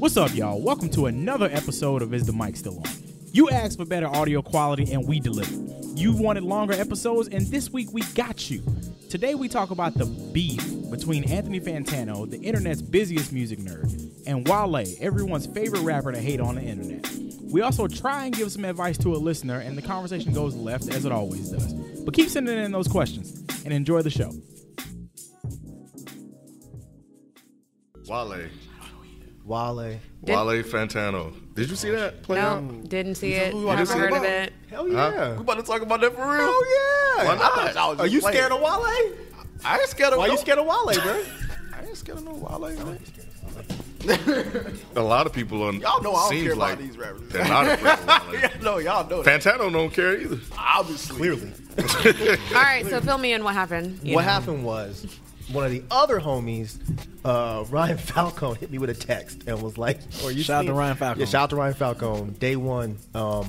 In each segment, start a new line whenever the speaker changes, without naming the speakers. What's up, y'all? Welcome to another episode of Is the Mic Still On? You asked for better audio quality and we delivered. You wanted longer episodes, and this week we got you. Today we talk about the beef between Anthony Fantano, the internet's busiest music nerd, and Wale, everyone's favorite rapper to hate on the internet. We also try and give some advice to a listener, and the conversation goes left as it always does. But keep sending in those questions and enjoy the show.
Wale.
Wale.
Did-
Wale Fantano. Did you see that play
No,
out?
um,
didn't see it.
wanna
Never
see
heard
it?
of it.
Hell
Huh? Oh,
yeah.
We about to talk about that for real?
Hell Oh, yeah.
Why not?
I thought-
I was
Are
just
you
playing.
scared of Wale?
I ain't scared of
Why
no,
you scared of Wale, bro?
I ain't scared of no Wale, man. A lot of people on
Y'all know I don't
seems
care about
like
these rappers.
They're not afraid of Wale.
Yeah, no, y'all know that.
Fantano don't care either.
Obviously.
Clearly.
All right, so fill me in what happened. You
What
know.
happened was one of the other homies, uh, Ryan Falcone, hit me with a text and was like, "Are you
Shout out to
seeing-"
Ryan Falcone.
Yeah, shout out to Ryan Falcone. Day one, um,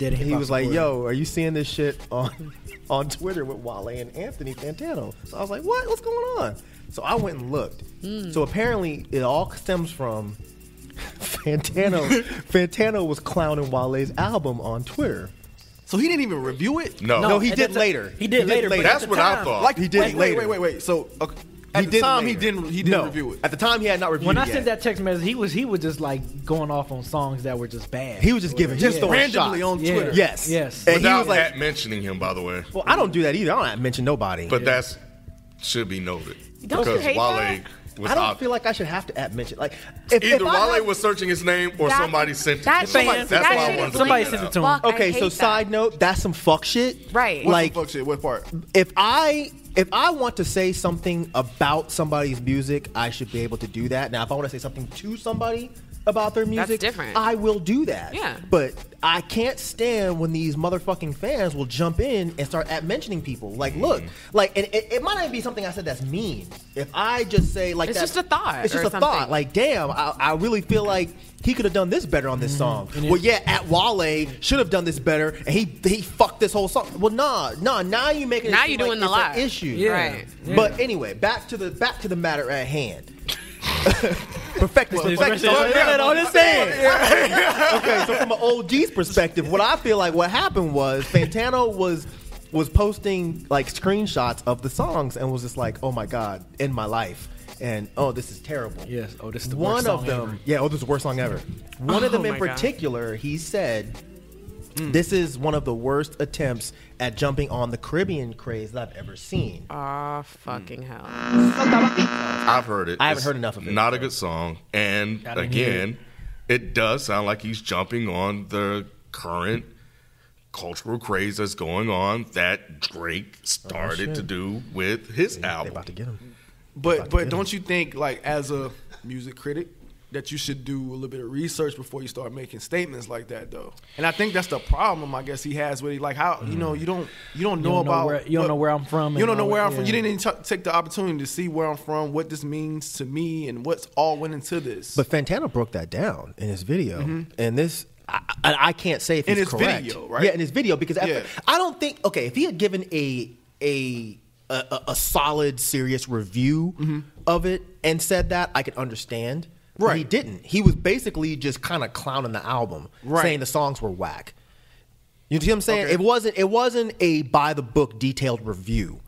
Dead
he
hip-hop
was like,
supporter.
"Yo, are you seeing this shit on on Twitter with Wale and Anthony Fantano?" So I was like, "What? What's going on?" So I went and looked.
Hmm.
So apparently, it all stems from Fantano. Fantano was clowning Wale's album on Twitter.
So he didn't even review it?
No.
No, he
at
did
the-
later.
He did later, but
That's
at the
what I
time-
thought.
Like
He did
wait,
later.
Wait, wait, wait. So okay, at the
did
time he
later.
didn't he didn't
No.
review it.
At the time, he had not reviewed
When
it
I sent
yet.
that text message, he was he was just like going off on songs that were just bad.
He was just giving- just
Yeah.
throwing-
randomly
shot.
on
Yeah.
Twitter.
Yes.
Yes.
And he
Without
was like,
Pat mentioning him, by the way.
Well, I don't do that either. I don't mention nobody.
But that's should be noted.
Don't you
because
hate
Wale
that?
was
I don't
out.
feel like I should have to at mention. Like, if,
either
if I
Wale
had-
was searching his name or
That-
somebody sent
that
it. to him.
shit is-
That's
that
why I
shit
wanted
is
to
Somebody
point
sent
that
it to
out.
him.
Fuck, I
Okay,
hate
so
that.
side note, that's some fuck shit.
Right.
What
Like,
the fuck shit? What part?
if I if I want to say something about somebody's music, I should be able to do that. Now, if I want to say something to somebody about their music,
different.
I will do that.
Yeah.
But I can't stand when these motherfucking fans will jump in and start at mentioning people. Like, look, like, and it, it might not even be something I said that's mean. If I just say like,
It's
that's-
just a thought
It's just
or
a
something.
thought. Like, damn, I, I really feel like. He could have done this better on this song. Well, yeah, at Wale should have done this better, and he he fucked this whole song. Well, nah, nah. Now you make
Now
it
you
like
doing the
it's an
lie.
issue,
Yeah. Right.
But anyway, back to the back to the matter at hand. Perfect this. Perfect this.
Especially-
I don't understand. okay, so from an OG's perspective, what I feel like what happened was Fantano was was posting like screenshots of the songs and was just like, "Oh my god, in my life." And oh, this is terrible.
Yes. Oh, this is the
one
worst
of
song
them.
ever.
Yeah. Oh, this is the worst song ever. One of them
Oh
in
my God.
particular, he said, "This is one of the worst attempts at jumping on the Caribbean craze that I've ever seen."
Aw, fucking hell.
Mm.
I've heard it.
I haven't
It's
heard enough of it.
Not a good song. And
didn't hear
again, it does sound like he's jumping on the current cultural craze that's going on that Drake started to do with his
Oh, They
album.
about to get him.
But but don't you think like as a music critic that you should do a little bit of research before you start making statements like that though? And I think that's the problem I guess he has with it. Like how you know you don't you don't know
don't know
about
where- you don't know where I'm from
You
and
don't know
all
where
that,
I'm from.
yeah.
You didn't even t- take the opportunity to see where I'm from, what this means to me, and what's all went into this.
But Fantano broke that down in his video, and this I, I, I can't say if
Mm-hmm. In
it's
his
correct.
video, right?
Yeah, in his video because after,
Yeah.
I don't think okay if he had given a a a, a- a solid serious review
Mm-hmm.
of it and said that I could understand. But
Right.
he didn't. He was basically just kind of clowning the album,
Right.
saying the songs were whack. You see what I'm saying?
Okay.
It wasn't it wasn't a by the book detailed review.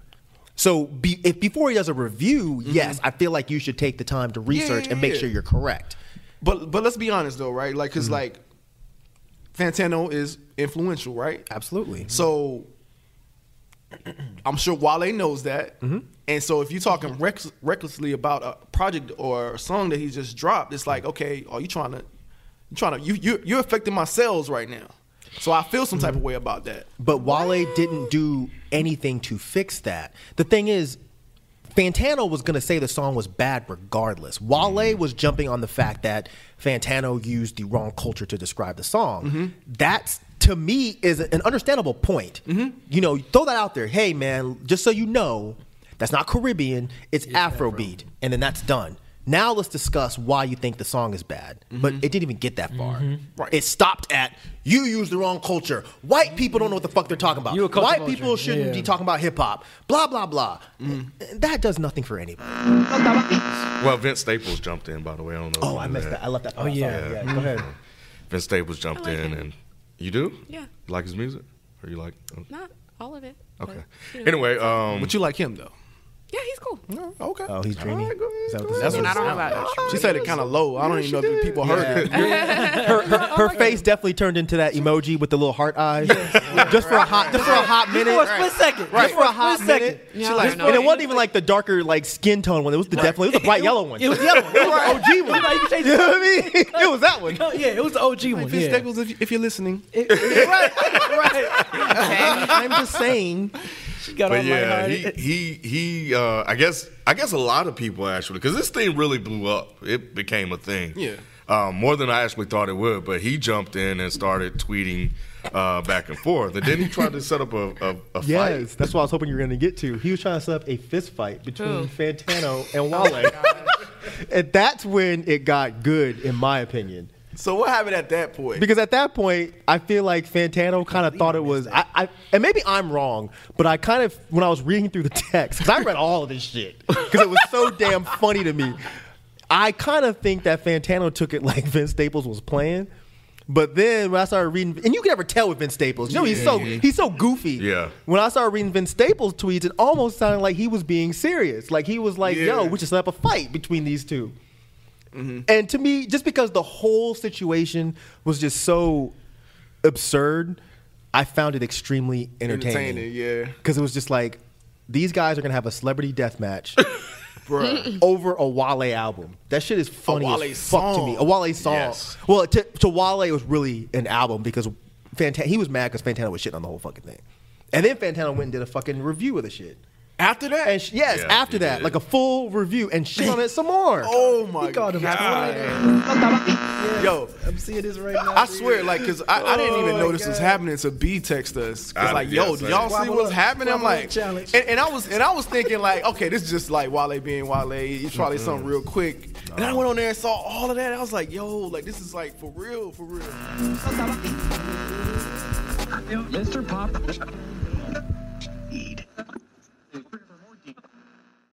So be, if before he does a review, yes, I feel like you should take the time to research and make
Mm-hmm. yeah.
sure you're correct.
But but let's be honest though, right? Like, because like, Fantano is influential, right?
Absolutely.
So I'm sure Wale knows that. And so if you're talking reck- recklessly about a project or a song that he just dropped, it's like, okay, are you trying to, you trying to, you you you're affecting my sales right now. So I feel some type of way about that.
But Wale didn't do anything to fix that. The thing is, Fantano was going to say the song was bad regardless. Wale
Mm-hmm.
was jumping on the fact that Fantano used the wrong culture to describe the song.
Mm-hmm.
That's to me is an understandable point.
Mm-hmm.
You know, throw that out there. Hey man, just so you know, that's not Caribbean, it's Afrobeat. And then that's done. Now let's discuss why you think the song is bad. But it didn't even get that far.
Right.
It stopped at you use the wrong culture. White people don't know what the fuck they're talking about.
You a culture
White
vulture.
people shouldn't
Yeah.
be talking about hip hop. Blah blah blah. That does nothing for anybody.
Well, Vince Staples jumped in, by the way. I don't know. if
Oh,
you
I
knew
missed that. I left that. Oh
yeah.
yeah. Go ahead.
Vince Staples jumped
I like
in,
him.
and you do?
Yeah.
You like his music, or you like? oh,
Not all of it. but,
Okay.
you know.
Anyway, um,
But you like him though.
Yeah, he's cool.
Okay.
Oh, he's dreamy. Is that what this
That's
is?
And I don't know about
She said it kind of low. I don't even know if the people heard it.
her, her, her face definitely turned into that emoji with the little heart eyes. just for a hot, just for a hot minute.
For a split second.
Just for a hot
split second.
minute.
Yeah,
She
I
like-
don't know.
and it wasn't even like the darker like skin tone one. It was the definitely it was the bright yellow one.
It was the other one. It was the OG one. Like, you
You
changed-
know what I mean? It was that one.
No, Oh, yeah, it was the OG one.
Vince
Yeah.
Staples, if, you- if you're listening,
It- it- right, right.
I'm just saying.
She got all
but yeah, he
lighthearted.
he he. Uh, I guess I guess a lot of people actually because this thing really blew up. It became a thing.
Yeah.
Um, more than I actually thought it would, but he jumped in and started tweeting uh, back and forth, and then he tried to set up a, a, a fight.
Yes, that's what I was hoping you were going to get to. He was trying to set up a fist fight between
Who?
Fantano and Wale, and that's when it got good, in my opinion.
so what happened at that point?
Because at that point, I feel like Fantano kind of thought it was. I, I and maybe I'm wrong, but I kind of when I was reading through the text because I read all of this shit because it was so damn funny to me. I kind of think that Fantano took it like Vince Staples was playing. But then when I started reading, and you can never tell with Vince Staples, you know he's so he's so goofy.
Yeah.
When I started reading Vince Staples tweets, it almost sounded like he was being serious. Like he was like,
Yeah.
"Yo, we should set up a fight between these two. And to me, just because the whole situation was just so absurd, I found it extremely entertaining.
Entertaining, yeah.
Because it was just like, these guys are gonna have a celebrity death match
Bruh.
over a Wale album. That shit is funny
Wale
as fuck to
song.
me. A Wale song.
Yes.
Well, to, to Wale it was really an album because Fanta- he was mad because Fantano was shitting on the whole fucking thing. And then Fantano went and did a fucking review of the shit.
After that,
And sh- yes,
Yeah,
after
he
that,
did.
like a full review and shit on it some more.
oh my
called him
god, yo,
I'm seeing this right now.
I swear, like, cause I, I didn't even
Oh,
know this was
God.
happening. So B text us,
I-
cause like,
yeah,
yo, do
same.
y'all see
Wobble
what's
up,
happening? I'm
wobble up
like,
challenge.
and, and I was and I was thinking like, okay, this is just like Wale being Wale. It's probably something real quick. And I went on there and saw all of that. I was like, yo, like this is like for real, for real.
Mr. Pop.